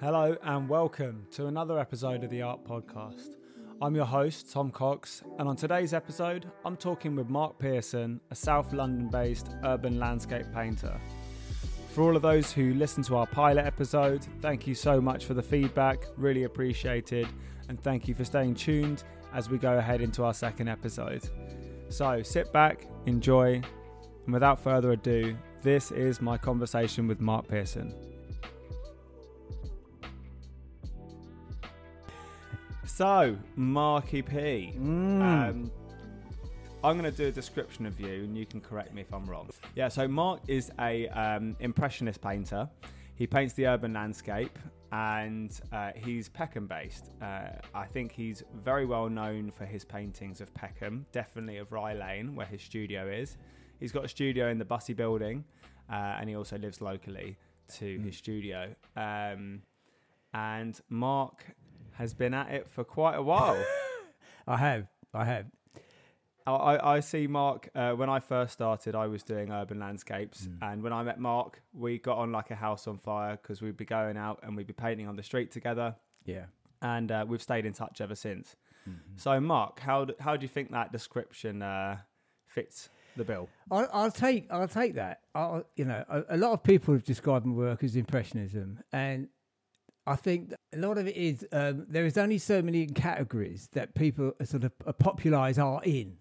Hello and welcome to another episode of the Art Podcast. I'm your host, Tom Cox, and on today's episode, I'm talking with Mark Pearson, a South London based urban landscape painter. For all of those who listened to our pilot episode, thank you so much for the feedback, really appreciated, and thank you for staying tuned as we go ahead into our second episode. So sit back, enjoy, and without further ado, this is my conversation with Mark Pearson. So, Marky P, um, I'm going to do a description of you, and you can correct me if I'm wrong. Yeah, so Mark is a um, impressionist painter. He paints the urban landscape, and uh, he's Peckham based. Uh, I think he's very well known for his paintings of Peckham, definitely of Rye Lane, where his studio is. He's got a studio in the Bussy Building, uh, and he also lives locally to his studio. Um, and Mark has been at it for quite a while. I have. I have. I, I, I see Mark. Uh, when I first started, I was doing urban landscapes, and when I met Mark, we got on like a house on fire because we'd be going out and we'd be painting on the street together, Yeah. and uh, we've stayed in touch ever since. So, Mark, how d- how do you think that description uh, fits the bill? I'll, I'll take. I'll take that. I'll, you know, a, a lot of people have described my work as impressionism, and I think a lot of it is um, there is only so many categories that people are sort of uh, popularise art in,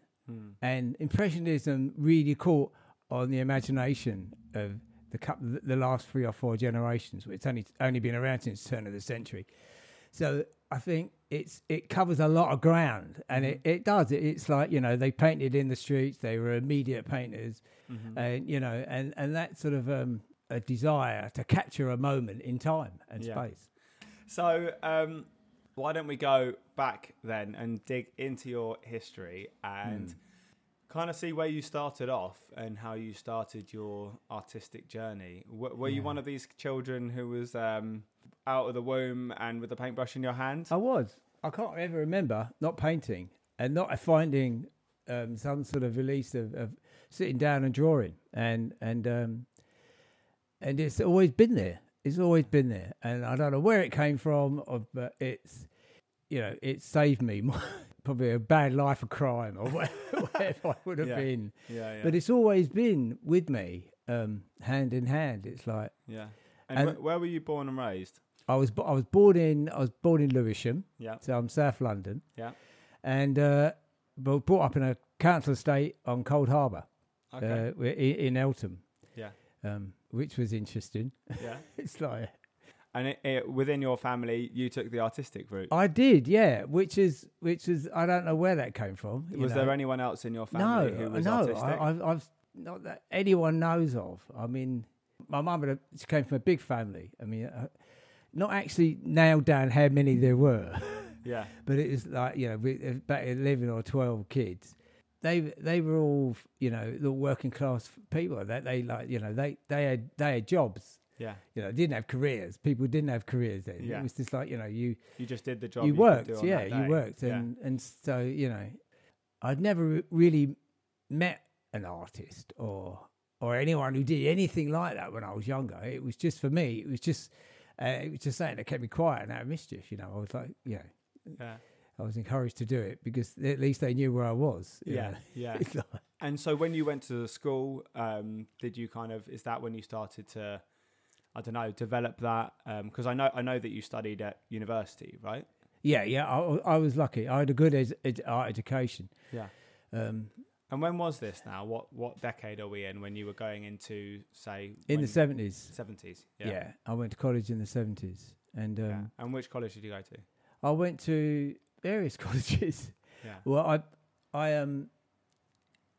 and impressionism really caught on the imagination of the couple, the last three or four generations. It's only only been around since the turn of the century, so I think it's it covers a lot of ground, and it, it does. It, it's like you know they painted in the streets. They were immediate painters, and you know, and and that sort of um, a desire to capture a moment in time and Yeah. space. So, um, why don't we go back then and dig into your history and Hmm. kind of see where you started off and how you started your artistic journey? W- were you one of these children who was um, out of the womb and with a paintbrush in your hand? I was. I can't ever remember not painting and not finding um, some sort of release of, of sitting down and drawing, and and um, and it's always been there. It's always been there, and I don't know where it came from, or, but it's you know it saved me probably a bad life of crime or whatever, I would have Yeah. been. Yeah, yeah. But it's always been with me, um, hand in hand. It's like yeah. And, and- wh- where were you born and raised? I was bo- I was born in I was born in Lewisham, Yeah, so I'm South London. yeah. and uh, but brought up in a council estate on Cold Harbour Okay. uh, wi- i- in Eltham, yeah, um, which was interesting. yeah. it's like And it, it, within your family, you took the artistic route. I did, yeah, which is which is I don't know where that came from. you was know. there anyone else in your no, family who was no, artistic? I, I've, I've not that anyone knows of. I mean, my mum had a, she came from a big family. I mean, uh, not actually nailed down how many there were. yeah, but it was like you know with uh, about 11 or 12 kids they they were all you know the working class people that they like you know they they had they had jobs yeah. you know didn't have careers people didn't have careers then Yeah. it was just like you know you You just did the job. you could worked do on yeah that you day. worked Yeah. and and so you know i'd never re- really met an artist or or anyone who did anything like that when i was younger it was just for me it was just uh, it was just something that kept me quiet and out of mischief you know i was like you know yeah. I was encouraged to do it because at least they knew where I was. you Yeah, know. yeah. It's like- And so when you went to school, um, did you kind of is that when you started to, I don't know, develop that? Because I know I know that you studied at university, right? yeah, yeah. I, wa- I was lucky. I had a good ed- ed- art education. Yeah. Um, And when was this now? What what decade are we in? When you were going into say in the seventies, seventies? yeah. I went to college in the seventies, and um, Yeah. And which college did you go to? I went to various colleges. Yeah. Well, I, I um,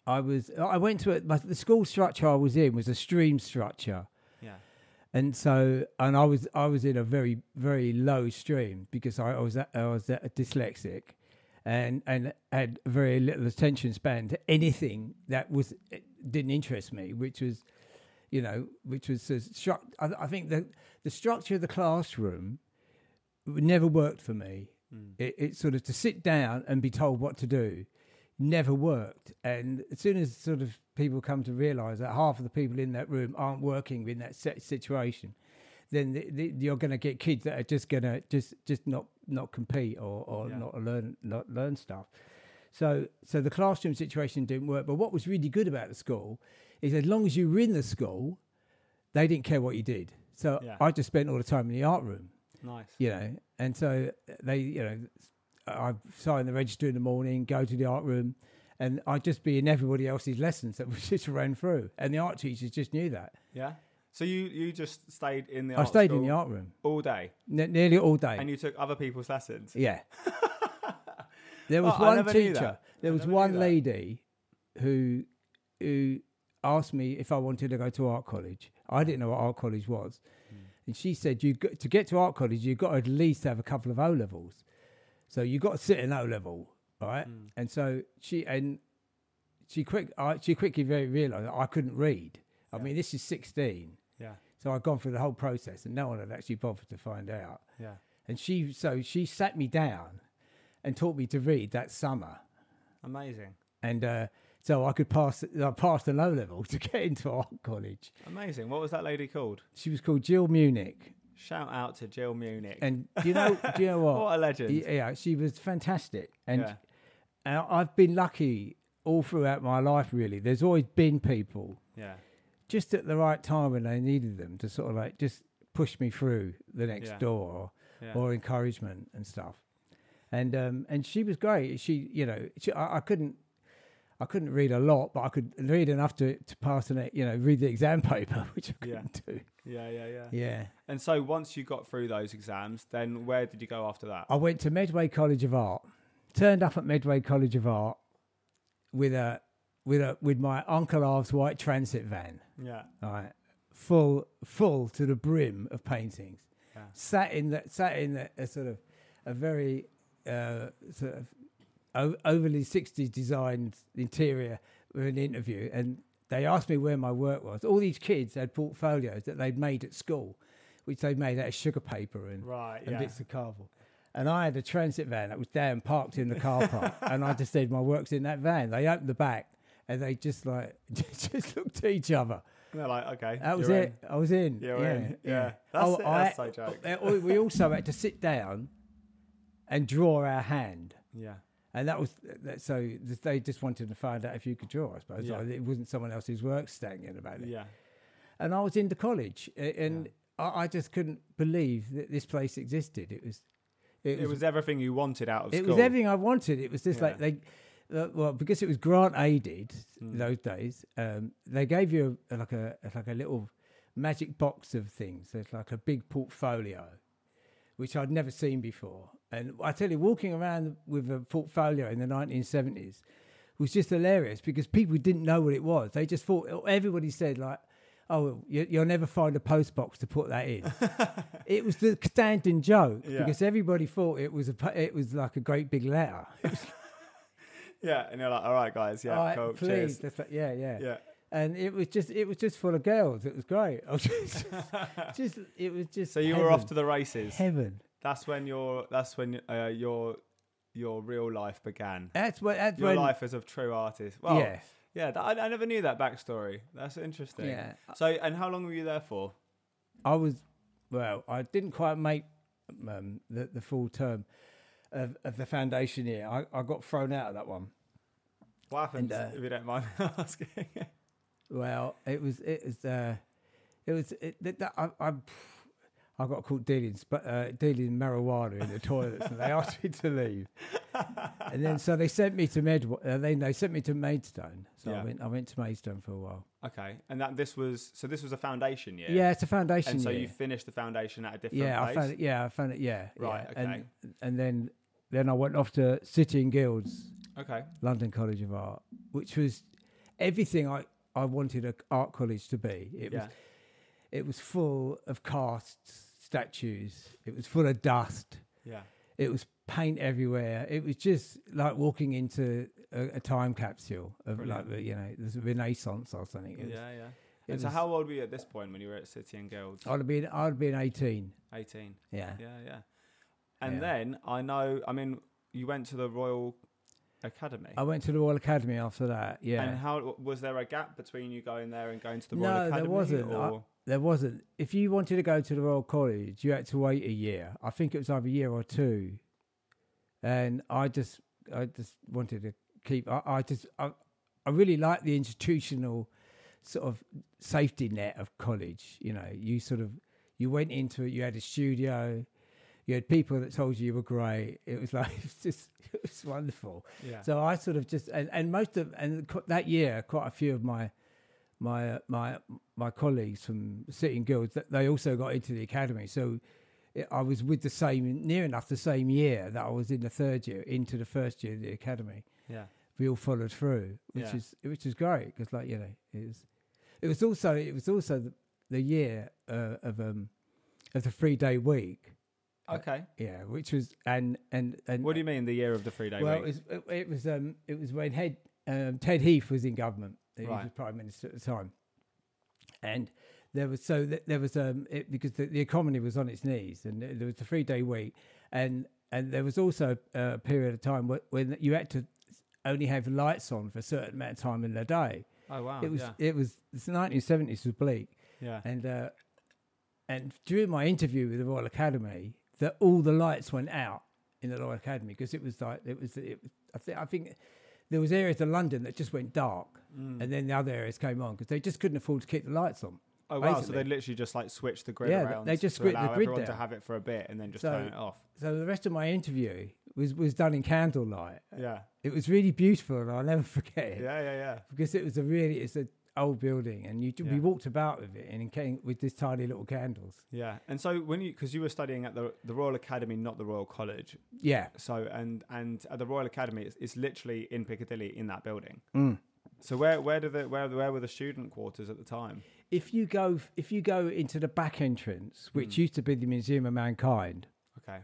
I was I went to it. My, the school structure I was in was a stream structure, Yeah. and so and I was I was in a very very low stream because I, I was a- I was a dyslexic, and and had very little attention span to anything that was eh, didn't interest me, which was, you know, which was a struct. I, I think the the structure of the classroom never worked for me. It, it sort of to sit down and be told what to do never worked. And as soon as sort of people come to realise that half of the people in that room aren't working in that set situation, then the, the, you're going to get kids that are just going to just just not not compete or, or Yeah. not learn not learn stuff. So so the classroom situation didn't work. But what was really good about the school is as long as you were in the school, they didn't care what you did. So Yeah. I just spent all the time in the art room Nice. you know, and so they, you know, I sign the register in the morning, go to the art room, and I'd just be in everybody else's lessons that was just ran through, and the art teachers just knew that. Yeah. So you you just stayed in the I art stayed in school the art room all day, ne- nearly all day. and you took other people's lessons. yeah, there was Oh, I one never knew teacher. that. There I was never knew one that. lady who who asked me if I wanted to go to art college. I didn't know what art college was, Hmm. and she said you got, to get to art college, you've got to at least have a couple of O levels. So you got to sit an O level, right? Hmm. And so she and she quick I, she quickly very realised that I couldn't read. I mean, this is sixteen, Yeah. so I'd gone through the whole process, and no one had actually bothered to find out. Yeah. And she so she sat me down and taught me to read that summer, Amazing. and uh, so I could pass I passed an O level to get into art college. Amazing. What was that lady called? She was called Jill Munich, Shout out to Jill Munich. and do you know do you know what? what a legend. oh, Yeah, she was fantastic, and Yeah. and I've been lucky all throughout my life. Really, there's always been people Yeah. just at the right time when I needed them to sort of like just push me through the next Yeah. door Yeah. or encouragement and stuff. And um, and she was great. She, you know, she, I, I couldn't. I couldn't read a lot, but I could read enough to, to pass an, e- you know, read the exam paper, which I Yeah. couldn't do. Yeah, yeah, yeah, Yeah. And so once you got through those exams, then where did you go after that? I went to Medway College of Art. Turned up at Medway College of Art with a with a with my Uncle Al's white transit van, Yeah. all right, full full to the brim of paintings. Yeah. Sat in that sat in a, a sort of a very uh, sort of o- overly 60s designed interior with an interview and they asked me where my work was. All these kids had portfolios that they'd made at school, which they made out of sugar paper and Right. and Yeah. bits of cardboard. And I had a transit van that was down parked in the car park, and I just said my work's in that van. They opened the back, and they just like just looked at each other. And they're like, okay. That was you're it. I was in. You're in. Yeah. That's it. That's so joke. uh, we- we also had to sit down and draw our hand, in. Yeah. and that was that, so. They just wanted to find out if you could draw. I suppose Yeah. Like, it wasn't someone else's work standing about it Yeah. and I was into college, a- and I, I just couldn't believe that this place existed. It was, it, It was, was everything you wanted out of it school. was everything I wanted. It was just Yeah. Hmm. like they, uh, well, because it was grant aided those days, um, they gave you a, like a like a little magic box of things. There's like a big portfolio, which I'd never seen before. And I tell you, walking around with a portfolio in the 1970s was just hilarious because people didn't know what it was. They just thought everybody said like, "Oh, you, you'll never find a postbox to put that in." it was the standing joke Yeah. because everybody thought it was a po- it was like a great big letter. Yeah. And you're like, all right, guys. Yeah. All right, cool. please, Cheers. that's like- yeah, yeah, Yeah. And it was just it was just full of girls. It was great. I was just, just it was just So you were off to the races. heaven. That's when your that's when uh, your your real life began. That's what that's Your when life as a true artist. Well, yeah, yeah. that, I, I never knew that backstory. That's interesting. Yeah. uh, So, and how long were you there for? I was, well, I didn't quite make um, the, the full term of, of the foundation year. I, I got thrown out of that one. What happened? And, uh, if you don't mind me asking. Well, it was, it was, uh, it was, it, that, that, I, I, I got caught dealing, sp- uh, dealing marijuana in the toilets and they asked me to leave. And then, so they sent me to Med, uh, then they sent me to Maidstone. So I Yeah. went, I went to Maidstone for a while. okay, and that this was so this was a foundation year. Yeah, it's a foundation And so year. you finished the foundation at a different yeah, place. I found it. Yeah, I found it. Yeah, Right, yeah. okay. And, and then, then I went off to City and Guilds, Okay. London College of Art, which was everything I, I wanted an art college to be. It Yeah. was it was full of casts, statues. It was full of dust. Yeah. It was paint everywhere. It was just like walking into a, a time capsule of Brilliant. like the, you know the Renaissance or something. It Yeah. was, Yeah. it And so, was- how old were you at this point when you were at City and Guilds? I'd have been I'd have been eighteen. Eighteen. Yeah. Yeah. Yeah. And Yeah. then I know. I mean, you went to the Royal Academy. I went to the Royal Academy after that. Oh, Yeah. And how was there a gap between you going there and going to the Royal No, there Academy? wasn't. I- Or, there wasn't. If you wanted to go to the Royal College, you had to wait a year. I think it was either a year or two. And I just, I just wanted to keep. I, I just, I, I really like the institutional sort of safety net of college. You know, you sort of, you went into it. You had a studio. You had people that told you you were great. It was like it's just, it was wonderful. Yeah. So I sort of just and, and most of and co- that year, quite a few of my my uh, my my colleagues from Sitting Guilds th- they also got into the academy. So it, I was with the same near enough the same year that I was in the third year into the first year of the academy. yeah. We all followed through, which Yeah. is which is great because like you know it was it was also it was also the, the year uh, of um of the three day week. Okay. Yeah, which was and and and What do you mean the year of the three day well, week? it was it, it was um, it was when Head, um, Ted Heath was in government. He was Right. prime minister at the time, and there was so th- there was um it, because the, the economy was on its knees, and there was a three day week, and and there was also a period of time wh- when you had to only have lights on for a certain amount of time in the day. oh wow. it was yeah. it was the nineteen seventies was bleak, Yeah. and uh, and during my interview with the Royal Academy, that all the lights went out in the Royal Academy because it was like it was. It, I think I think there was areas of London that just went dark, Mm. and then the other areas came on because they just couldn't afford to keep the lights on. Oh wow! So basically. they literally just like switch the grid Yeah, they- around. they just to switched the allow grid everyone to down. have it for a bit and then just So- turn it off. So the rest of my interview was was done in candlelight. Yeah, It was really beautiful, and I'll never forget uh, it. yeah, yeah, yeah. because it was a really it's an old building, and you Yeah. we walked about with it and it came with these tiny little candles. Yeah, and so when you because you were studying at the the Royal Academy, not the Royal College. Yeah, So and and at the Royal Academy, it's, it's literally in Piccadilly in that building. Mm. So where where do the where where were the student quarters at the time? if you go if you go into the back entrance, which used to be the Museum of Mankind, Okay.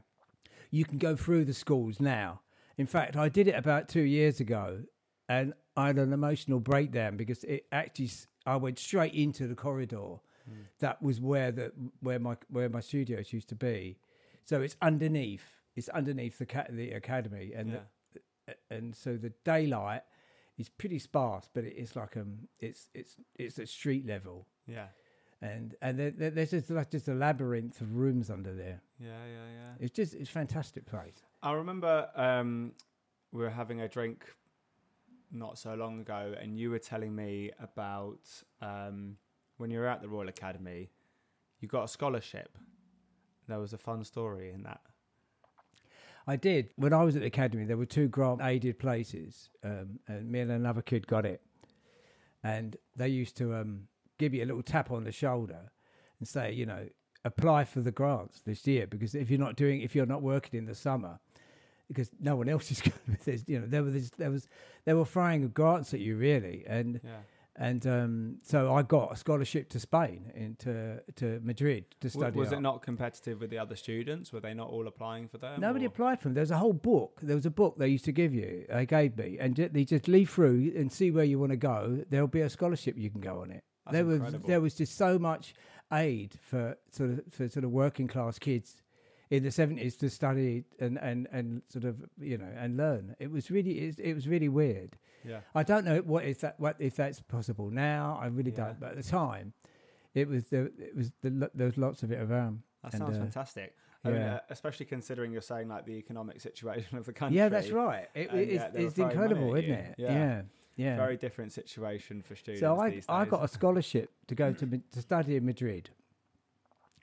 you can go through the schools now. In fact, I did it about two years ago, and I had an emotional breakdown because it actually s- I went straight into the corridor. That was where the where my where my studios used to be. So it's underneath. It's underneath the ca- the academy, and Yeah. the, and so the daylight is pretty sparse, but it's like um it's it's it's at street level Yeah. and and there, there, there's just like just a labyrinth of rooms under there. Yeah, yeah, yeah. It's just it's a fantastic place. I remember um, we were having a drink not so long ago, and you were telling me about um, when you were at the Royal Academy, you got a scholarship. There was a fun story in that. I did when I was at the academy. There were two grant aided places, um, and me and another kid got it. And they used to um, give you a little tap on the shoulder and say, you know, apply for the grants this year because if you're not doing, if you're not working in the summer, because no one else is going. to There's, you know, there was there was they were throwing grants at you really, and Yeah. and um, so I got a scholarship to Spain and to to Madrid to study. was art. it not competitive with the other students? Were they not all applying for them? Nobody or- applied for them. There was a whole book. There was a book they used to give you. They gave me, and ju- they just leaf through and see where you want to go. There'll be a scholarship you can go on it. That's there was incredible. there was just so much aid for sort of for sort of working class kids in the seventies to study and, and and sort of you know and learn. It was really it, it was really weird. Yeah. I don't know what if that what if that's possible now. I really Yeah. don't. But at the time, it was the it was the lo- there was lots of it around. That And, sounds uh, fantastic. I mean, yeah. uh, especially considering you're saying like the economic situation of the country. Yeah, that's right. It, And, it's yeah, they were it's throwing money incredible, at isn't you. it? Yeah. Yeah, yeah. Very different situation for students. so I these I days. got a scholarship to go to Ma- to study in Madrid,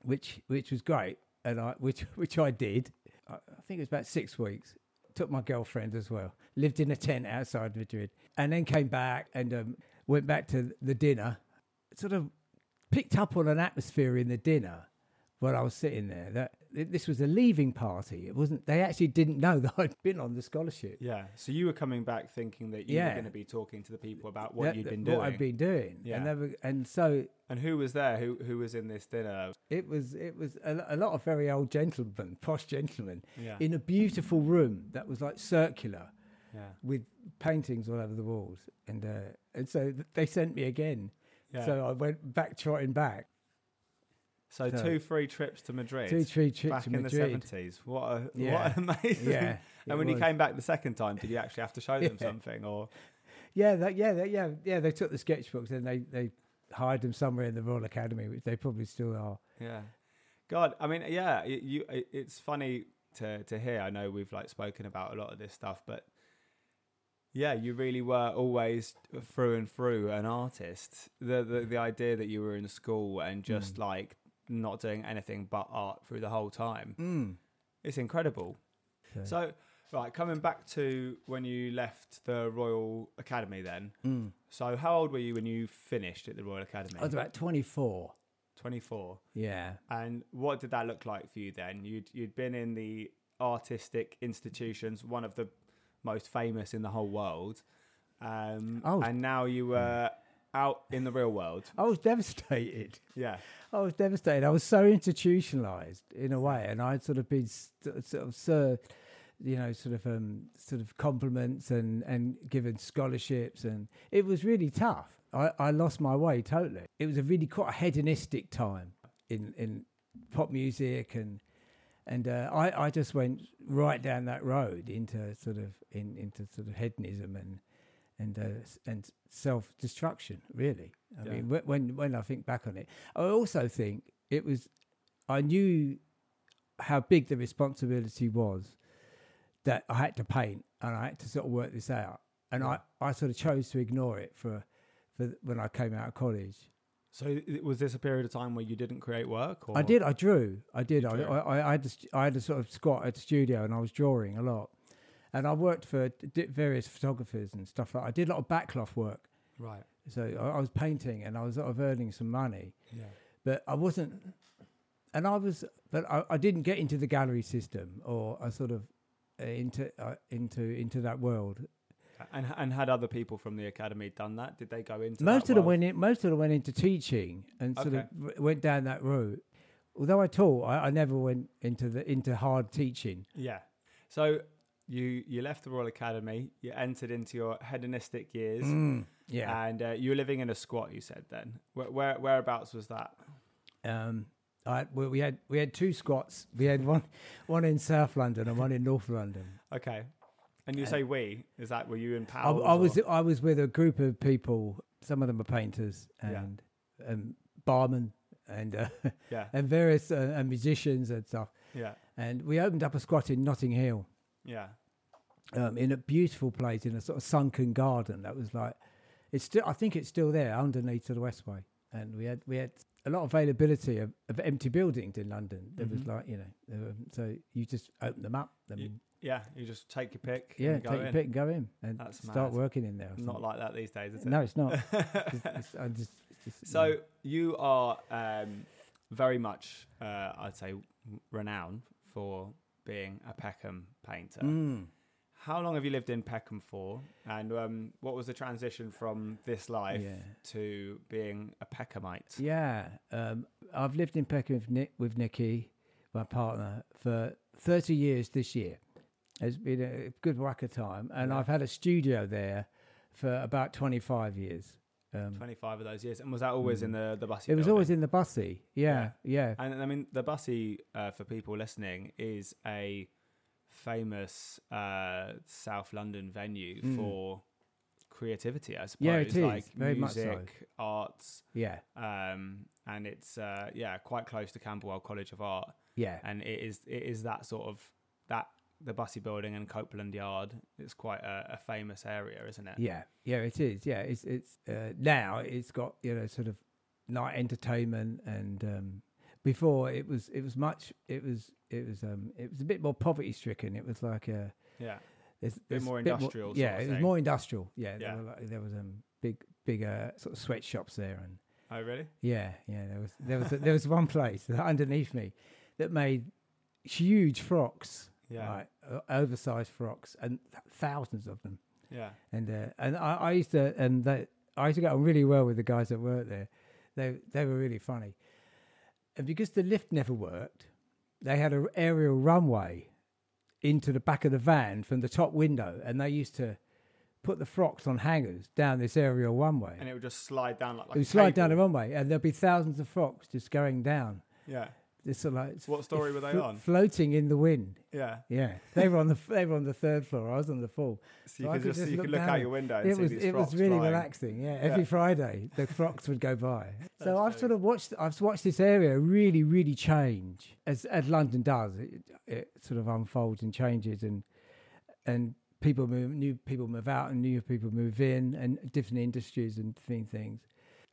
which which was great, and I which which I did. I, I think it was about six weeks. Took my girlfriend as well. Lived in a tent outside Madrid, and then came back and um, went back to the dinner. Sort of picked up on an atmosphere in the dinner while I was sitting there. That th- this was a leaving party. It wasn't. They actually didn't know that I'd been on the scholarship. Yeah. So you were coming back thinking that you were Yeah. going to be talking to the people about what That- you'd that- been doing. What I'd been doing. Yeah. And, they were, and so And who was there? Who who was in this dinner? it was it was a, a lot of very old gentlemen, posh gentlemen, Yeah. in a beautiful room that was like circular Yeah. with paintings all over the walls, and uh, and so th- they sent me again. Yeah. So I went back trotting back So, So- two free trips to Madrid. two three trips back to in the Madrid. seventies. What a Yeah. what an amazing. Yeah, it And when you was. came back the second time, did you actually have to show them Yeah. something or yeah, that, yeah, that, yeah, yeah. They took the sketchbooks and they they hide them somewhere in the Royal Academy, which they probably still are. Yeah. God, I mean, yeah, y- you. i- It's funny to to hear. I know we've like spoken about a lot of this stuff, but yeah, you really were always through and through an artist. The the, the idea that you were in school and just like not doing anything but art through the whole time. It's incredible. So- So, right, coming back to when you left the Royal Academy, then. So, how old were you when you finished at the Royal Academy? I was about 24. Twenty four. Yeah. And what did that look like for you then? You'd you'd been in the artistic institutions, one of the most famous in the whole world, um, Oh. and now you were out in the real world. I was devastated. Yeah, I was devastated. I was so institutionalized in a way, and I'd sort of been st- sort of served, you know, sort of um, sort of compliments and and given scholarships, and it was really tough. I, I lost my way totally. It was a really quite a hedonistic time in in pop music and. And uh, I, I just went right down that road into sort of in, into sort of hedonism and and uh, s- and self destruction. Really, I Yeah. mean, wh- when when I think back on it, I also think it was I knew how big the responsibility was that I had to paint and I had to sort of work this out, and I, I sort of chose to ignore it for for when I came out of college. so i- was this a period of time where you didn't create work? Or? I did. I drew. I did. I, drew. I, I had a st- I had a sort of squat at the studio, and I was drawing a lot. And I worked for di- various photographers and stuff like. I did a lot of backcloth work, right. so I, I was painting, and I was sort of earning some money. Yeah, But I wasn't, and I was, but I, I didn't get into the gallery system, or I sort of uh, into uh, into into that world. and and had other people from the academy done that? Did they go into most that of world? them went in, most of them went into teaching and sort Okay. of w- went down that route. Although I taught, I, I never went into the into hard teaching. Yeah. So you you left the Royal Academy. You entered into your hedonistic years. Mm, Yeah. And uh, you were living in a squat, you said then. Where, where whereabouts was that? Um, I, we, we had we had two squats. We had one one in South London and one in North London. Okay. And you say we? Is that were you in Uh, I, power? I was I was with a group of people. Some of them are painters Yeah. and um, barmen and uh, Yeah. and various uh, and musicians and stuff. Yeah. And we opened up a squat in Notting Hill Yeah. um, in a beautiful place in a sort of sunken garden. That was like it's still I think it's still there underneath to the Westway. And we had we had a lot of availability of, of empty buildings in London. There was Mhm. like you know there were, so you just open them up. I You- mean, Yeah. You just take your pick. yeah, and go take your in. pick and go in and That's start mad. working in there. or Not something. like that these days, is it? no, it's not. It's- it's- I just- it's just- So you are um, very much, uh, I'd say, renowned for being a Peckham painter. Mm. How long have you lived in Peckham for? And um, what was the transition from this life Yeah. to being a Peckhamite? Yeah, um, I've lived in Peckham with, Nick, with Nikki, my partner, for 30 years this year. It's been a good whack of time, and Yeah. I've had a studio there for about 25 years. Um, 25 of those years. And was that always in the, the bus? Mm. it was always in the bussy. Yeah, yeah. And I mean, the Bussy, uh, for people listening, is a famous uh, South London venue Mm. for creativity, I suppose. Yeah, it is, Like very much music, so. arts, Yeah, um, and it's uh, yeah, quite close to Camberwell College of Art, yeah, and it is it is that sort of that the Bussy Building and Copeland Yard. It's quite a, a famous area, isn't it? yeah, yeah. It is. Yeah, it's it's uh, now it's got you know sort of night entertainment, and um, before it was it was much it was it was um it was a bit more poverty stricken. It was like a yeah. There's, there's more a industrial sort yeah, of it thing. was more industrial. Yeah. Yeah, There, were like, there was um big big uh, sort of sweatshops there, and Oh, really? yeah, yeah. There was there was there was one place that underneath me that made huge frocks, Yeah. right, uh, oversized frocks, and th- thousands of them. Yeah. And uh, and I, I used to and they, I used to get on really well with the guys that worked there. They they were really funny, and because the lift never worked, they had an aerial runway into the back of the van from the top window, and they used to put the frocks on hangers down this aerial runway. And it would just slide down like, like it would a slide down the cable. runway, and there'd be thousands of frocks just going down Yeah. They're sort of like it's What story were they on? Floating in the wind. Yeah. Yeah, they were on the they were on the third floor. I was on the fourth. So you could just, you could look down. out your window and It see was these it was frogs really flying. relaxing. Yeah, every Yeah. Friday the frocks would go by. That's so I've very- sort of watched I've watched this area really really change as as London does. It, it sort of unfolds and changes and and people move new people move out and new people move in and different industries and different things.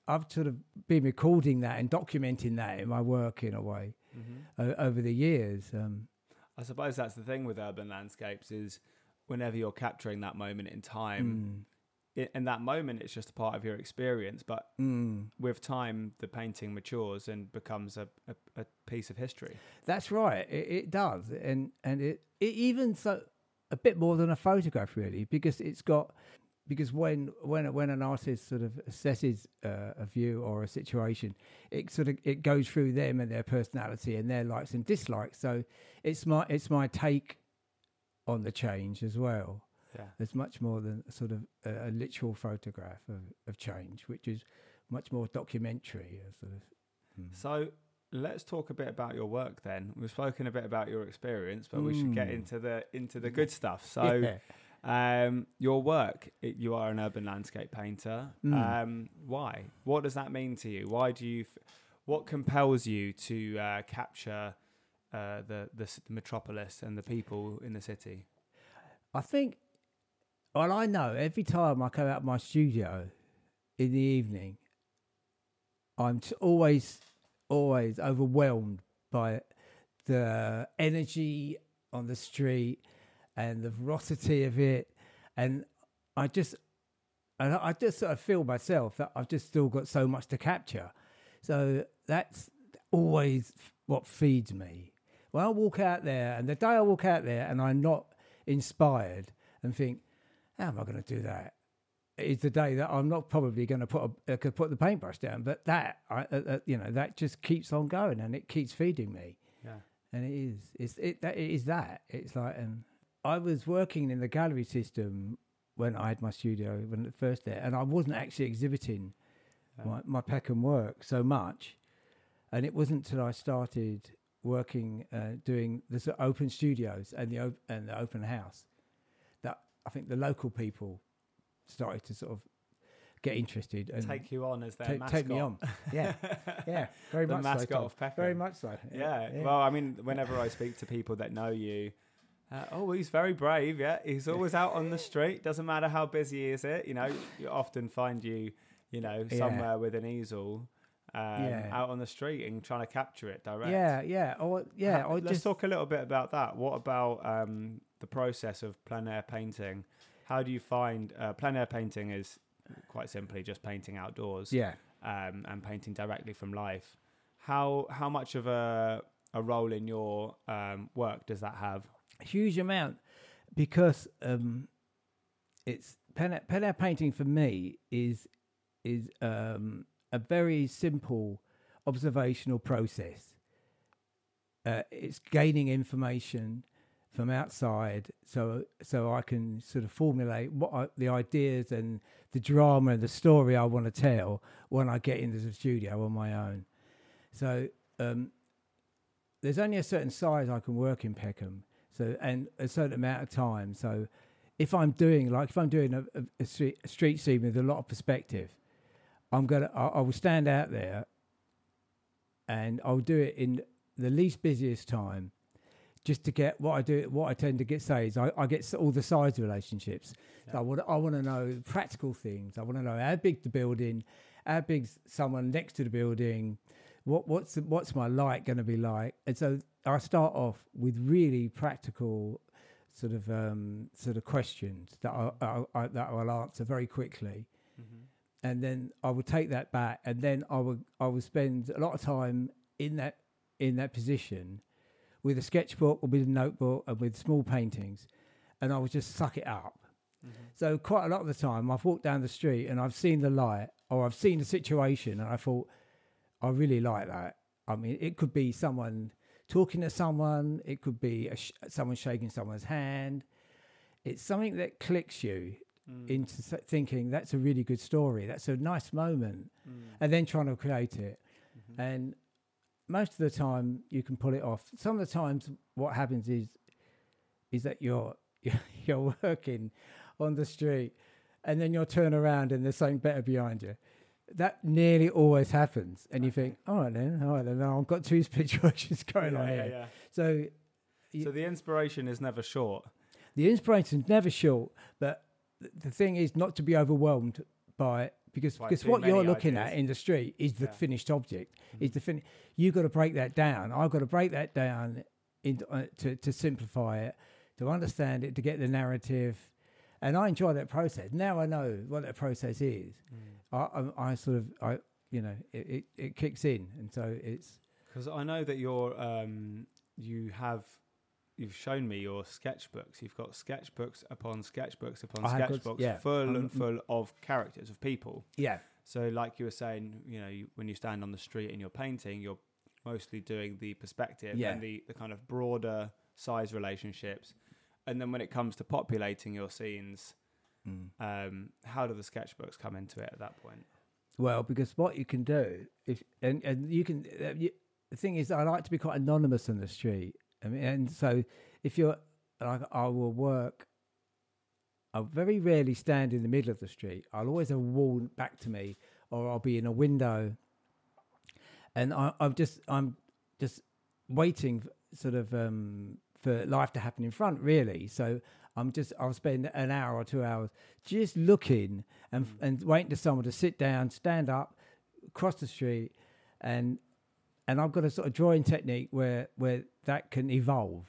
I've sort of been recording that and documenting that in my work in a way Mm-hmm. o- over the years. Um, I suppose that's the thing with urban landscapes is whenever you're capturing that moment in time, mm, i- in that moment it's just a part of your experience. But mm. with time, the painting matures and becomes a, a, a piece of history. That's right. It, it does, and and it, it even so a bit more than a photograph really, because it's got because when when when an artist sort of assesses uh, a view or a situation, it sort of it goes through them and their personality and their likes and dislikes. So it's my it's my take on the change as well. Yeah. There's much more than sort of a, a literal photograph of, of change, which is much more documentary. uh, Sort of. So let's talk a bit about your work then. We've spoken a bit about your experience, but we should get Mm. into the into the good stuff. So Yeah. um, your work, it, you are an urban landscape painter. Mm. Um, why? What does that mean to you? Why do you? F- what compels you to uh, capture uh, the, the s- the metropolis and the people in the city? I think, well, I know every time I come out of my studio in the evening, I'm t- always, always overwhelmed by the energy on the street and the veracity of it. And I just, and I I just sort of feel myself that I've just still got so much to capture. So that's always what feeds me. When I walk out there, and the day I walk out there and I'm not inspired and think, how am I going to do that? Is the day that I'm not probably going to put a, uh, could put the paintbrush down, but that I, uh, uh, you know that just keeps on going and it keeps feeding me Yeah. and it is it's it that it is that it's like um i was working in the gallery system when i had my studio when at first there and i wasn't actually exhibiting my, my peckham work so much and it wasn't till i started working uh, doing the sort of open studios and the op- and the open house that i think the local people started to sort of get interested and Take you on as their Mm. take, mascot. take me on yeah yeah very The much mascot so, Tom. of Peckham. very much so Yeah. Well, I mean, whenever I speak to people that know you, uh, oh, he's very brave. Yeah, he's always out on the street. Doesn't matter how busy is it. You know, you often find you, you know, Yeah. somewhere with an easel, um, Yeah. out on the street and trying to capture it direct. Yeah, yeah, or yeah, Ha- or let's just talk a little bit about that. What about um, the process of plein air painting? How do you find uh, plein air painting is quite simply just painting outdoors yeah. um, and painting directly from life. How how much of a a role in your um, work does that have? huge amount because um, it's pen pen art painting for me is is um, a very simple observational process. Uh, it's gaining information from outside, so so I can sort of formulate what I, the ideas and the drama and the story I want to tell when I get into the studio on my own. So um, there's only a certain size I can work in Peckham, so and a certain amount of time. So if I'm doing like if I'm doing a, a, a street, a street scene with a lot of perspective, I'm gonna I, I will stand out there, and I'll do it in the least busiest time, just to get what I do. What I tend to get say is I, I get s- all the size relationships. So I want I want to know practical things. I want to know how big the building, how big someone next to the building, what what's the, what's my light going to be like? And so I start off with really practical sort of um, sort of questions that I, I, I that I'll answer very quickly, and then I will take that back, and then I will I will spend a lot of time in that in that position with a sketchbook or with a notebook and with small paintings, and I will just suck it up. So quite a lot of the time, I've walked down the street and I've seen the light or I've seen the situation, and I thought, I really like that. I mean, it could be someone talking to someone, it could be a sh- someone shaking someone's hand. It's something that clicks you Mm. into s- thinking that's a really Mm. Mm-hmm. Mm-hmm. good story, that's a nice moment, and then trying to create it. And most of the time you can pull it off. Some of the times, what happens is is that you're you're working on the street, and then you'll turn around and there's something better behind you. That nearly always happens, and you think, "All right then, all right then, I've got two situations going on here." So So the inspiration is never short. the inspiration's never short, but th- the thing is not to be overwhelmed by it because By because too what you're many looking ideas. at in the street is the Yeah. Mm-hmm. finished object. Is the fin- You've got to break that down. I've got to break that down into, uh, to to simplify it, to understand it, to get the narrative. And I enjoy that process. Now I know what that process is. I, I, I sort of I you know it, it, it kicks in, and so it's Because I know that you're, um, you have, you've shown me your sketchbooks. You've got sketchbooks upon sketchbooks upon I have got- sketchbooks, yeah. full Um, and full of characters of people. yeah So, like you were saying, you know, you, when you stand on the street and you're painting, you're mostly doing the perspective Yeah. and the, the kind of broader size relationships. And then when it comes to populating your scenes, Mm. um, how do the sketchbooks come into it at that point? Well, because what you can do is, and, and you can, uh, you, the thing is, I like to be quite anonymous on the street. I mean, and so if you're, like, I will work, I very rarely stand in the middle of the street. I'll always have a wall back to me, or I'll be in a window. And I, I'm just, I'm just waiting f- sort of um, for life to happen in front, really. So I'm just, I'll spend an hour or two hours just looking and, Mm. and waiting for someone to sit down, stand up, cross the street, and and I've got a sort of drawing technique where where that can evolve.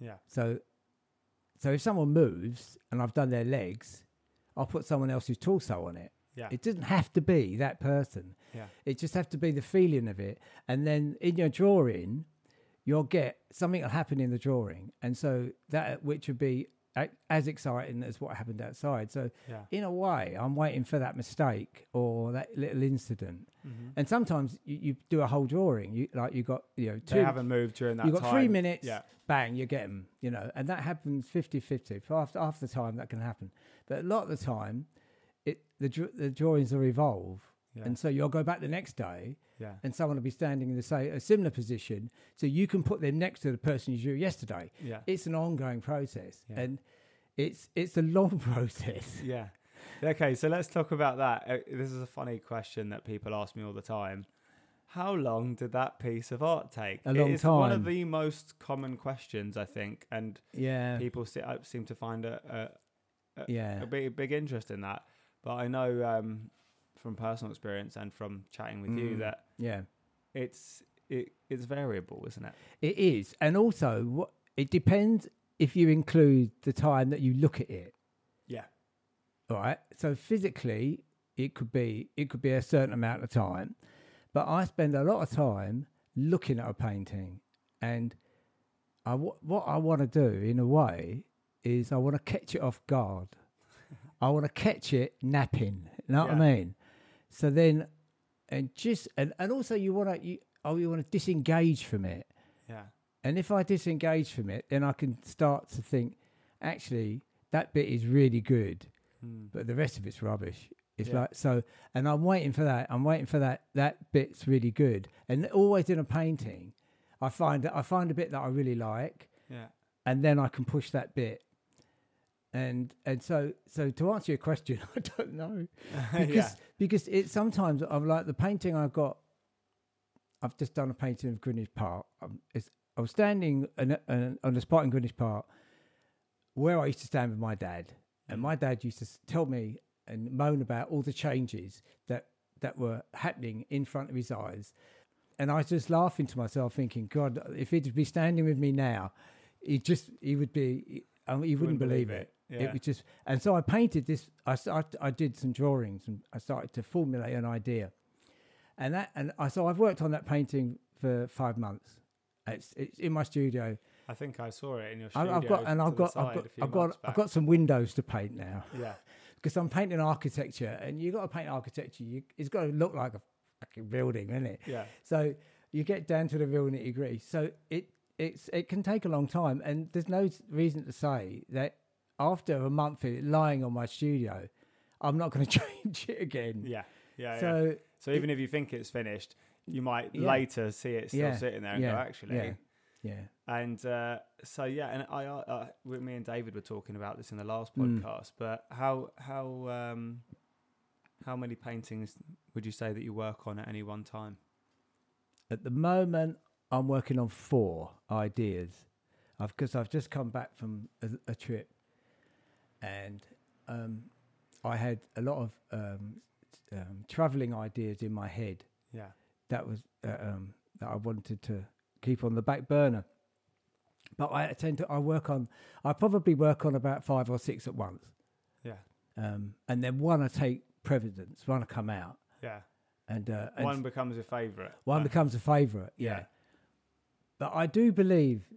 Yeah. So so if someone moves and I've done their legs, I'll put someone else's torso on it. Yeah. It doesn't have to be that person. Yeah. It just has to be the feeling of it. And then in your drawing, you'll get something will happen in the drawing. And so that, which would be a- as exciting as what happened outside. So Yeah. in a way, I'm waiting for that mistake or that little incident. Mm-hmm. And sometimes you, you do a whole drawing. You like you got you know they two, haven't moved during that you got time. three minutes Yeah. bang you get them you know and that happens 50 50 half, half the time that can happen but a lot of the time it the, dr- the drawings will evolve Yeah. and so you'll go back the next day Yeah. and someone will be standing in the same a similar position so you can put them next to the person you drew yesterday Yeah. it's an ongoing process Yeah. and it's it's a long process Yeah. Okay, so let's talk about that. Uh, this is a funny question that people ask me all the time. How long did that piece of art take? A long it is One of time. the most common questions, I think, and yeah people se- uh, seem to find a, a, yeah a big, big interest in that. But I know um, from personal experience and from chatting with you Mm. that yeah it's it, it's variable, isn't it? It is, and also what it depends if you include the time that you look at it. Yeah. All right. So physically, it could be it could be a certain amount of time, but I spend a lot of time looking at a painting, and I wa- what I want to do in a way is I want to catch it off guard. I want to catch it napping. You know what Yeah. I mean? So then, and just and, and also you want to you oh you want to disengage from it. Yeah. And if I disengage from it, then I can start to think, actually, that bit is really good, Mm. but the rest of it's rubbish. It's Yeah. like so, and I'm waiting for that. I'm waiting for that. That bit's really good, and always in a painting, I find that I find a bit that I really like, Yeah. and then I can push that bit. And and so so to answer your question, I don't know because yeah. because it sometimes I'm like the painting I've got. I've just done a painting of Greenwich Park. Um, it's, I was standing on, a- on, a- on a spot in Greenwich Park where I used to stand with my dad, and my dad used to s- tell me and moan about all the changes that that were happening in front of his eyes, and I was just laughing to myself, thinking, God, if he'd be standing with me now, he just he would be. I mean, he wouldn't, believe it. Yeah. It was just, and so I painted this. I started, I did some drawings and I started to formulate an idea, and that and I so I've worked on that painting for five months. It's it's in my studio. I think I saw it in your I, studio. I've got and to I've the got side I've got a few I've got months I've back. got some windows to paint now Yeah. because I'm painting architecture, and you got to paint architecture. You, it's got to look like a fucking building, isn't it? Yeah. So you get down to the real nitty gritty. So it it's it can take a long time, and there's no s- reason to say that after a month of it lying on my studio, I'm not going to change it again. Yeah. Yeah. yeah. so So even if you think it's finished, you might Yeah. later see it still Yeah, sitting there and yeah, go, actually. yeah. Yeah. And uh, so yeah, and I, I, I- we- me and David were talking about this in the last Hmm. podcast. But how how um, how many paintings would you say that you work on at any one time? At the moment, I'm working on four ideas. I've because I've just come back from a, a trip, and um, I had a lot of um, um, traveling ideas in my head Yeah, that was uh, um, that I wanted to keep on the back burner. But I tend to I work on I probably work on about five or six at once, yeah, um, and then one I take precedence, one I come out, yeah. and, uh, and One becomes a favourite. one Uh, becomes a favourite, yeah. yeah. But I do believe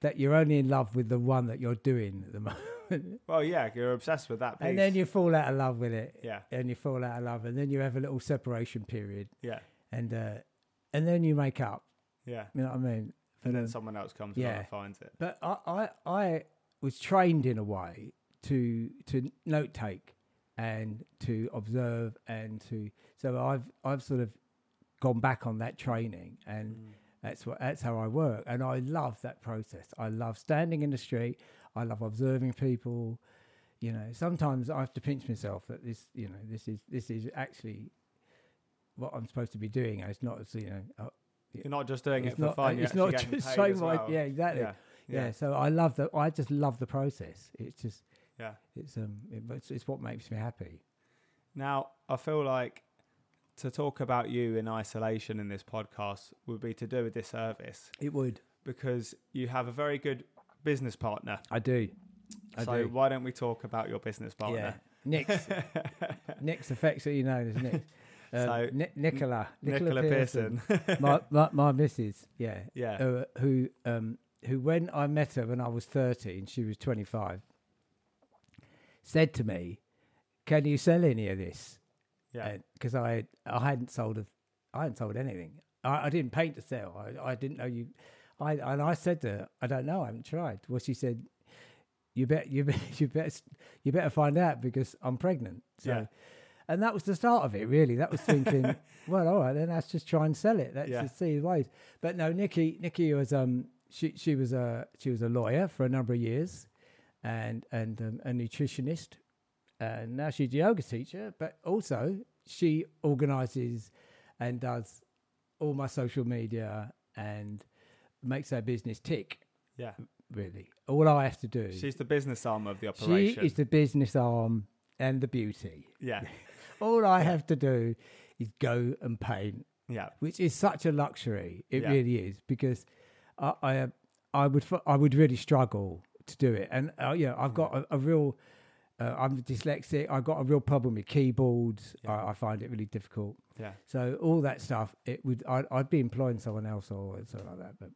that you're only in love with the one that you're doing at the moment. well, yeah, you're obsessed with that piece. And then you fall out of love with it. yeah, And you fall out of love. And then you have a little separation period. yeah, And uh, and then you make up. yeah. You know what I mean? But, And then um, someone else comes along yeah. and finds it. but I, I, I was trained in a way to to note take and to observe and to so I've I've sort of gone back on that training and that's what that's how I work and I love that process. I love standing in the street. I love observing people. You know, sometimes I have to pinch myself that this you know this is this is actually what I'm supposed to be doing. and It's not you know uh, You're not just doing it it's for not uh, fun. it's you're not actually getting just paid so as much. well. Yeah, exactly yeah, yeah. yeah, so i love the i just love the process it's just yeah. it's um it, it's, it's what makes me happy Now, I feel like to talk about you in isolation in this podcast would be to do a disservice it would because you have a very good business partner. i do i so do why don't we talk about your business yeah partner? nick's nick's affectionately known as nick um, So, Ni- nicola nicola, Nicola pearson, Pearson. my, my my missus yeah yeah. uh, who um who when i met her when i was 30 and she was 25 said to me can you sell any of this yeah. because Uh, I I hadn't sold a I hadn't sold anything. I, I didn't paint to sell. I, I didn't know you. I and I said to her, I don't know. I haven't tried. Well, she said, you bet you bet you better s- you better find out because I'm pregnant. So, Yeah. and that was the start of it. Really, that was thinking. well, all right, then let's just try and sell it. Let's Yeah. just see the ways. But no, Nikki Nikki was um she she was a she was a lawyer for a number of years, and and um, a nutritionist and now she's a yoga teacher, but also she organises and does all my social media and makes our business tick. Yeah. Really, all I have to do. She's the business arm of the she operation. is the business arm and the beauty. yeah. All I have to do is go and paint Yeah. which is such a luxury. It Yeah. really is because I, I uh, I would f- I would really struggle to do it, and uh, yeah, I've got a, a real. Uh, I'm dyslexic. I've got a real problem with keyboards. I, I find it really difficult. Yeah. So all that stuff, it would I'd, I'd be employing someone else or something like that. But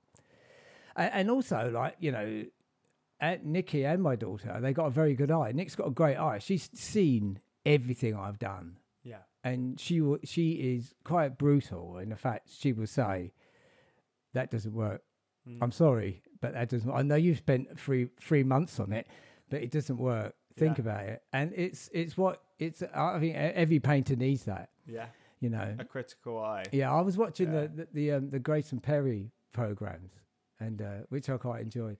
and, and also like you know, at Nikki and my daughter, they got a very good eye. Nick's got a great eye. She's seen everything I've done Yeah. and she will, she is quite brutal in the fact she will say that doesn't work i'm sorry but that doesn't i know you've spent three three months on it but it doesn't work think Yeah. about it and it's it's what it's i think e- every painter needs that Yeah. you know A critical eye. yeah i was watching Yeah. the the the, um, the grace and perry programs and uh, which i quite enjoyed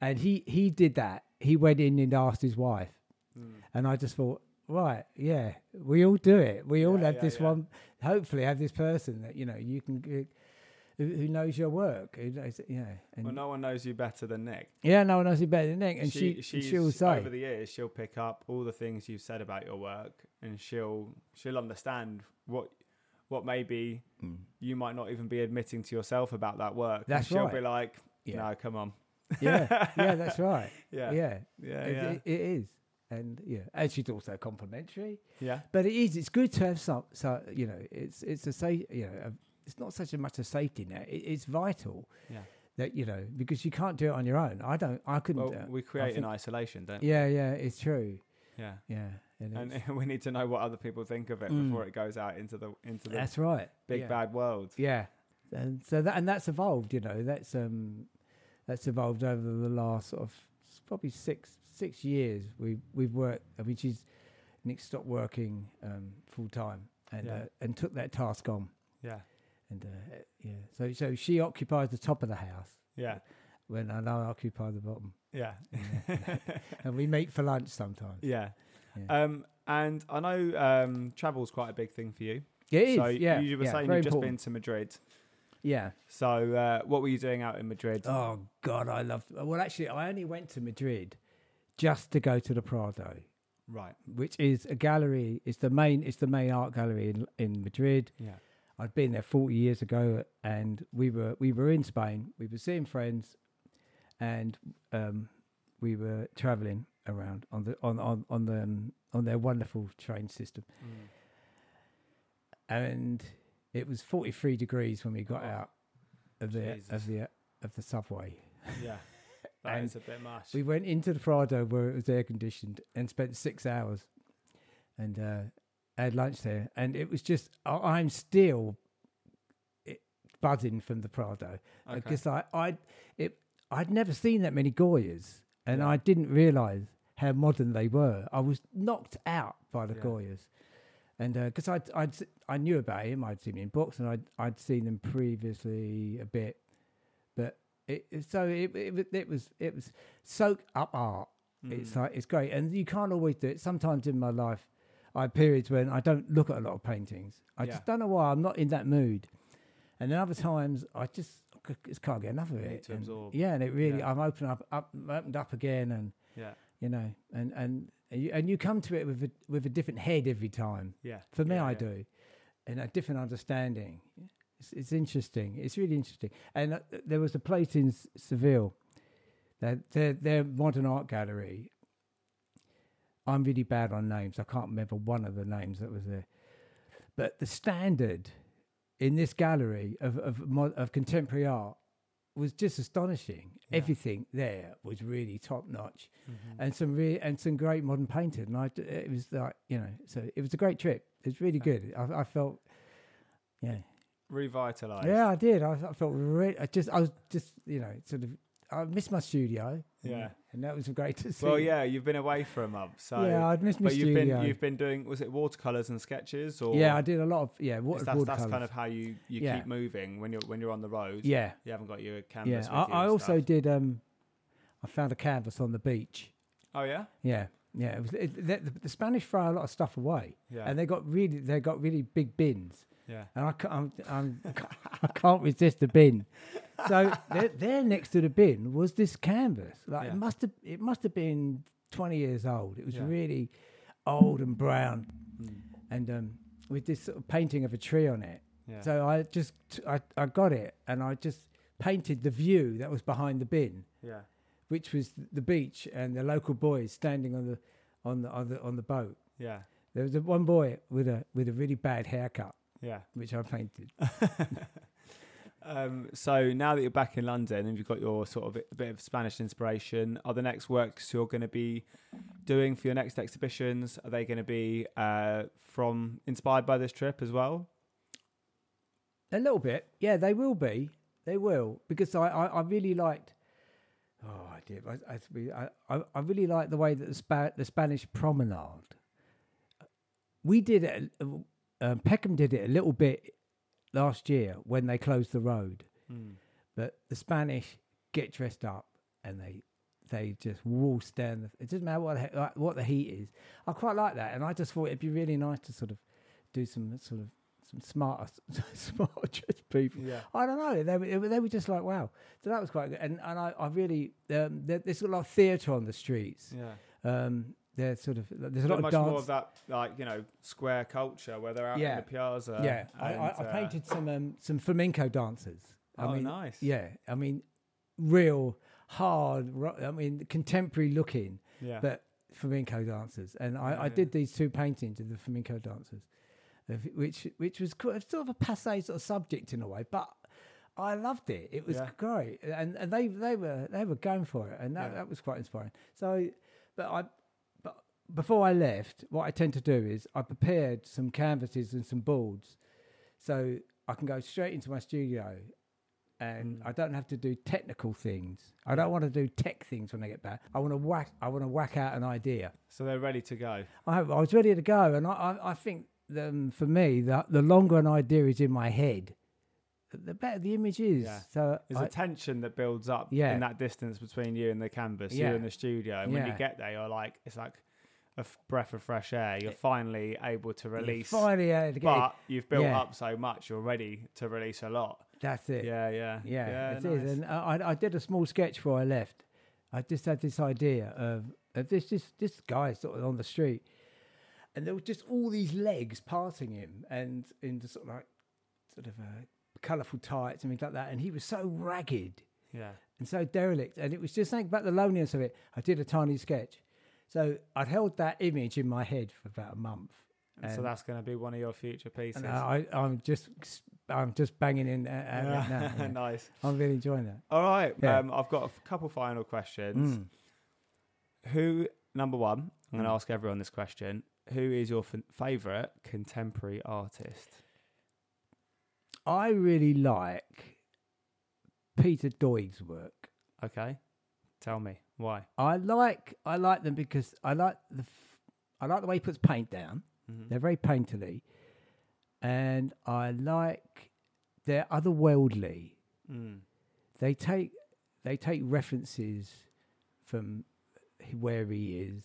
and he he did that he went in and asked his wife Hmm. and I just thought, right, yeah, we all do it. We all Yeah, have yeah, this yeah. one. Hopefully, have this person that you know you can g- who, who knows your work. Who knows, yeah, and Well, no one knows you better than Nick. yeah, no one knows it better than Nick. And she, she's she'll say, over the years she'll pick up all the things you've said about your work and she'll she'll understand what what maybe you might not even be admitting to yourself about that work and That's she'll right. be like Yeah. no come on yeah, yeah, that's right. yeah Yeah, yeah yeah It, yeah, it- it is, and yeah, and she's also complimentary. yeah. But it is. It's good to have some. So you know, it's it's a safe. You know, a, it's not such a much a safety net. It, it's vital. Yeah. That you know, because you can't do it on your own. I don't. I couldn't. well do it. we uh, I create in think- isolation don't we Yeah, yeah, it's true. yeah Yeah, it is. and we need to know what other people think of it before it goes out into the into the Mm. that's right. big yeah. bad world Yeah, and so that and that's evolved. You know, that's um, that's evolved over the last sort of s- probably six six years. We we've worked. I mean, she's Nick stopped working um, full time and Yeah. uh, and took that task on. yeah And uh, yeah, so so she occupies the top of the house Yeah. when and I occupy the bottom, Yeah. and we meet for lunch sometimes. yeah. Yeah. Um, and I know um, travel's quite a big thing for you. Yeah, it is. so yeah, you were yeah, saying you've very just been important. to Madrid. Yeah. So uh, what were you doing out in Madrid? Oh God, I loved. Well, actually, I only went to Madrid just to go to the Prado, Right. which is a gallery. It's the main. It's the main art gallery in in Madrid. Yeah. I'd been there 40 years ago, and we were we were in Spain. We were seeing friends, and um, we were traveling around on the on on on the um, on their wonderful train system. Mm, And it was 43 degrees when we got Oh, out of the Jesus. of the of the subway. Yeah. That And is a bit much. We went into the Prado where it was air conditioned and spent six hours, and uh, had lunch there. And it was just I- I'm still it- buzzing from the Prado Okay. because I I it I'd never seen that many Goyas, and Yeah. I didn't realise how modern they were. I was knocked out by the Yeah. Goyas, and because I'd, I'd s- I knew about him, I'd seen him in books, and I'd I'd seen them previously a bit, but it it- so it it, was- it was it was soak up art. Mm, It's like it's great, and you can't always do it. Sometimes in my life, I have periods when I don't look at a lot of paintings. I Yeah. just don't know why I'm not in that mood. And then other times I just c- just can't get enough of Need it. to and- absorb. Yeah, and it really Yeah. I'm opened up, up opened up again, and Yeah. you know, and and and you, and you come to it with a, with a different head every time. Yeah. For me, Yeah, I yeah. do, and a different understanding. It's, it's interesting. It's really interesting. And uh, there was a place in S- Seville, their their, their modern art gallery. I'm really bad on names. I can't remember one of the names that was there, but the standard in this gallery of of, mo- of contemporary art was just astonishing. Everything there was really top notch, Mm-hmm. and some re- and some great modern painting. And I, it was like you know, so it was a great trip. It was really good. I, I felt, yeah, Revitalized. yeah, I did. I, I felt really. I just, I was just, you know, sort of. I missed my studio. Yeah. and that was great to see. Well, yeah, you've been away for a month, so yeah, I'd missed my but you've studio. been you've been doing was it watercolors and sketches or yeah, I did a lot of yeah water Is that's, that's watercolours. kind of how you, you Yeah. keep moving when you're when you're on the road. yeah, you haven't got your yeah. canvas. I, with you I and also stuff. did. Um, I found a canvas on the beach. Oh yeah, Yeah, yeah. It was, it, the, the Spanish throw a lot of stuff away, yeah, and they got really they got really big bins. yeah. and I can't, I'm, I'm, I can't- I can't resist the bin. So there, there next to the bin was this canvas. Like Yeah. it must have it must have been twenty years old. It was Yeah. really old and brown, Mm. and um, with this sort of painting of a tree on it. Yeah. So I just I, I got it and I just painted the view that was behind the bin, yeah, which was the beach and the local boys standing on the on the on the, on the boat. yeah, There was one boy with a with a really bad haircut, yeah. which I painted. Um, so now that you're back in London and you've got your sort of a bit of Spanish inspiration, are the next works you're going to be doing for your next exhibitions are they going to be uh, from inspired by this trip as well? A little bit, yeah. They will be. They will because I, I, I really liked. Oh, I did. I, I- we- I, I, I really liked the way that the, Spa, the Spanish promenade. We did it. a- Um, Peckham did it a little bit last year when they closed the road. But the Spanish get dressed up and they they just waltz down. The, it doesn't matter what the, he- like, what the heat is. I quite like that, and I just thought it'd be really nice to sort of do some sort of some smarter smarter dressed people. Yeah. I don't know. They were, they were just like wow. So that was quite good, and and I, I really um, there, there's a lot of theatre on the streets. Yeah, Um, there's sort of there's a Bit lot of much dance. more of that like you know square culture where they're out in Yeah. the piazza. yeah, I, I, and, I uh, painted some um, some flamenco dancers. I oh, mean, nice. Yeah, I mean, real hard. ro- I mean, contemporary looking, yeah. but flamenco dancers. And I, Yeah, I yeah. did these two paintings of the flamenco dancers, of it- which which was quite, sort of a passe sort of subject in a way, but. I loved it. It was Yeah. great, and, and they they were they were going for it, and that, Yeah. that was quite inspiring. So, but I but before I left, what I tend to do is I prepared some canvases and some boards, so I can go straight into my studio and Mm. I don't have to do technical things. I don't want to do tech things when I get back. I want to whack. I want to whack out an idea. So they're ready to go. I, have, I was ready to go, and I, I, I think um, for me that the longer an idea is in my head, the better the image is. Yeah. So There's I- a tension that builds up Yeah. in that distance between you and the canvas, Yeah. you and the studio. And when you Yeah. get there, you're like, it's like a f- breath of fresh air. You're finally able to you release, finally had to get it. but you've built Yeah. up so much, you're ready to release a lot. That's it. Yeah, yeah, Yeah, it is. nice. And I, I- I did a small sketch before I left. I just had this idea of, of this, this this guy sort of on the street, and there were just all these legs parting him, and in the sort of like sort of uh, colourful tights and things like that. And he was so ragged yeah, and so derelict, and it was just something about the loneliness of it. I did a tiny sketch, so I'd held that image in my head for about a month. And so that's going to be one of your future pieces. and I, I'm just I'm just banging in. Uh, uh, Yeah. now, yeah. nice. I'm really enjoying that. Mm. All right. Yeah. Um, I've got a f- couple final questions. Mm. Who, number one, I'm going to ask everyone this question. Who is your f- favourite contemporary artist? I really like Peter Doig's work. Okay. Tell me why. I like I like them because I like the f- I like the way he puts paint down. Mm-hmm. They're very painterly, and I like they're otherworldly. Mm. They take they take references from h- where he is,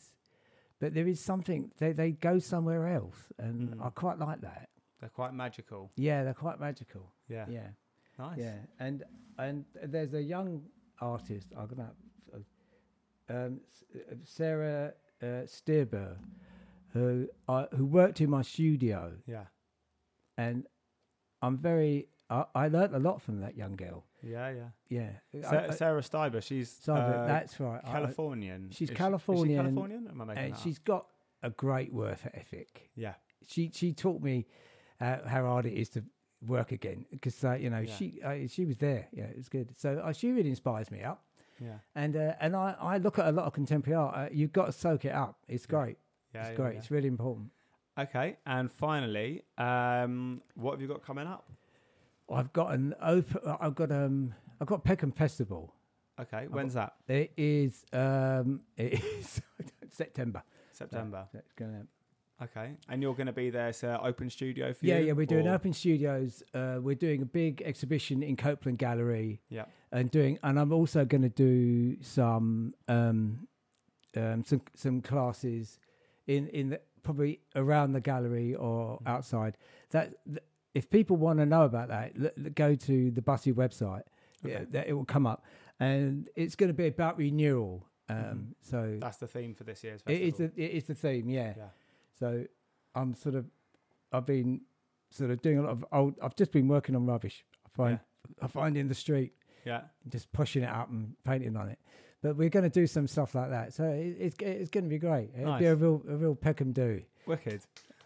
but there is something they they go somewhere else, and I quite like that. They're quite magical. Yeah, they're quite magical. Yeah. yeah. Nice. Yeah, and and there's a young artist. I'm gonna um, S- uh, Sarah uh, Stierber, who I, who worked in my studio, Yeah. and I'm very. I, I learnt a lot from that young girl. Yeah. yeah. Yeah, I- Sa- I- Sarah Steiber, she's Stieber, uh, that's right. I- Californian. she's Is she- is she Californian, Californian? Or Am I making and that up? she's got a great work ethic. Yeah. She she taught me uh, how hard it is to work again because uh, you know Yeah. she uh, she was there. Yeah, it was good. So uh, she really inspires me up. Yeah. And uh, and I, I look at a lot of contemporary art. Uh, you've got to soak it up. It's great. Yeah. it's yeah, great. yeah. It's really important. Okay. And finally, um, what have you got coming up? I've got an open. I've got um. I've got Peckham Festival. Okay. When's that? It is um. It is September. September. So it's gonna- Okay. And you're going to be there, so open studio for yeah, you? yeah. We're doing or- open studios. Uh, we're doing a big exhibition in Copeland Gallery, Yeah. and doing. And I'm also going to do some um, um, some some classes in in the, probably around the gallery or Mm. outside. That th- if people want to know about that, l- l- go to the Bussy website. Yeah, Okay. that it will come up, and it's going to be about renewal. Um, Mm-hmm. So That's the theme for this year's it festival. is the it is the theme. Yeah. Yeah. So I'm sort of I've been sort of doing a lot of old. I've just been working on rubbish. I find I find in the street Yeah. just pushing it up and painting on it. But we're going to do some stuff like that, so it, it's it's going to be great. It'll be a Nice. real a real Peckham do. Wicked.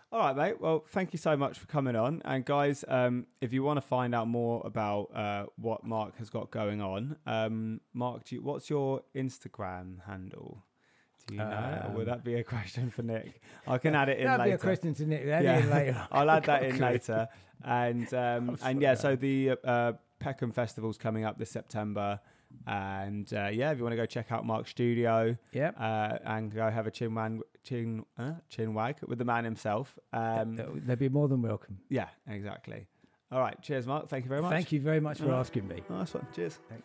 All right, mate. Well, thank you so much for coming on. And guys, um, if you want to find out more about uh, what Mark has got going on, um, Mark, do you, what's your Instagram handle? Do you know? Or Um, would that be a question for Nick? I can add it in That'll later. be a question to Nick. That'll Yeah. be in later. I'll add that in Okay. later. And um, and yeah, so the uh, Peckham Festival's coming up this September. And uh, yeah, if you want to go check out Mark's studio, Yep. uh, and go have a chin wag, chin, uh, chin wag with the man himself. Um, They'll be more than welcome. yeah, exactly. All right. Cheers, Mark. Thank you very much. Thank you very much for asking me. Nice one. Cheers. Thank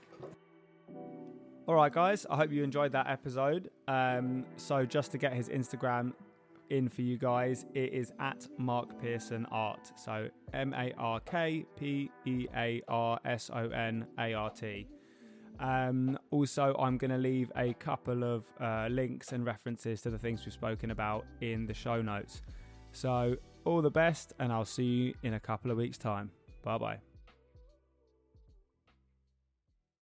All right, guys. I hope you enjoyed that episode. Um, so, just to get his Instagram in for you guys, it is at Mark Pearson Art. So, M A R K P E A R S O N A R T. Um, also, I'm going to leave a couple of uh, links and references to the things we've spoken about in the show notes. So, all the best, and I'll see you in a couple of weeks' time. Bye bye.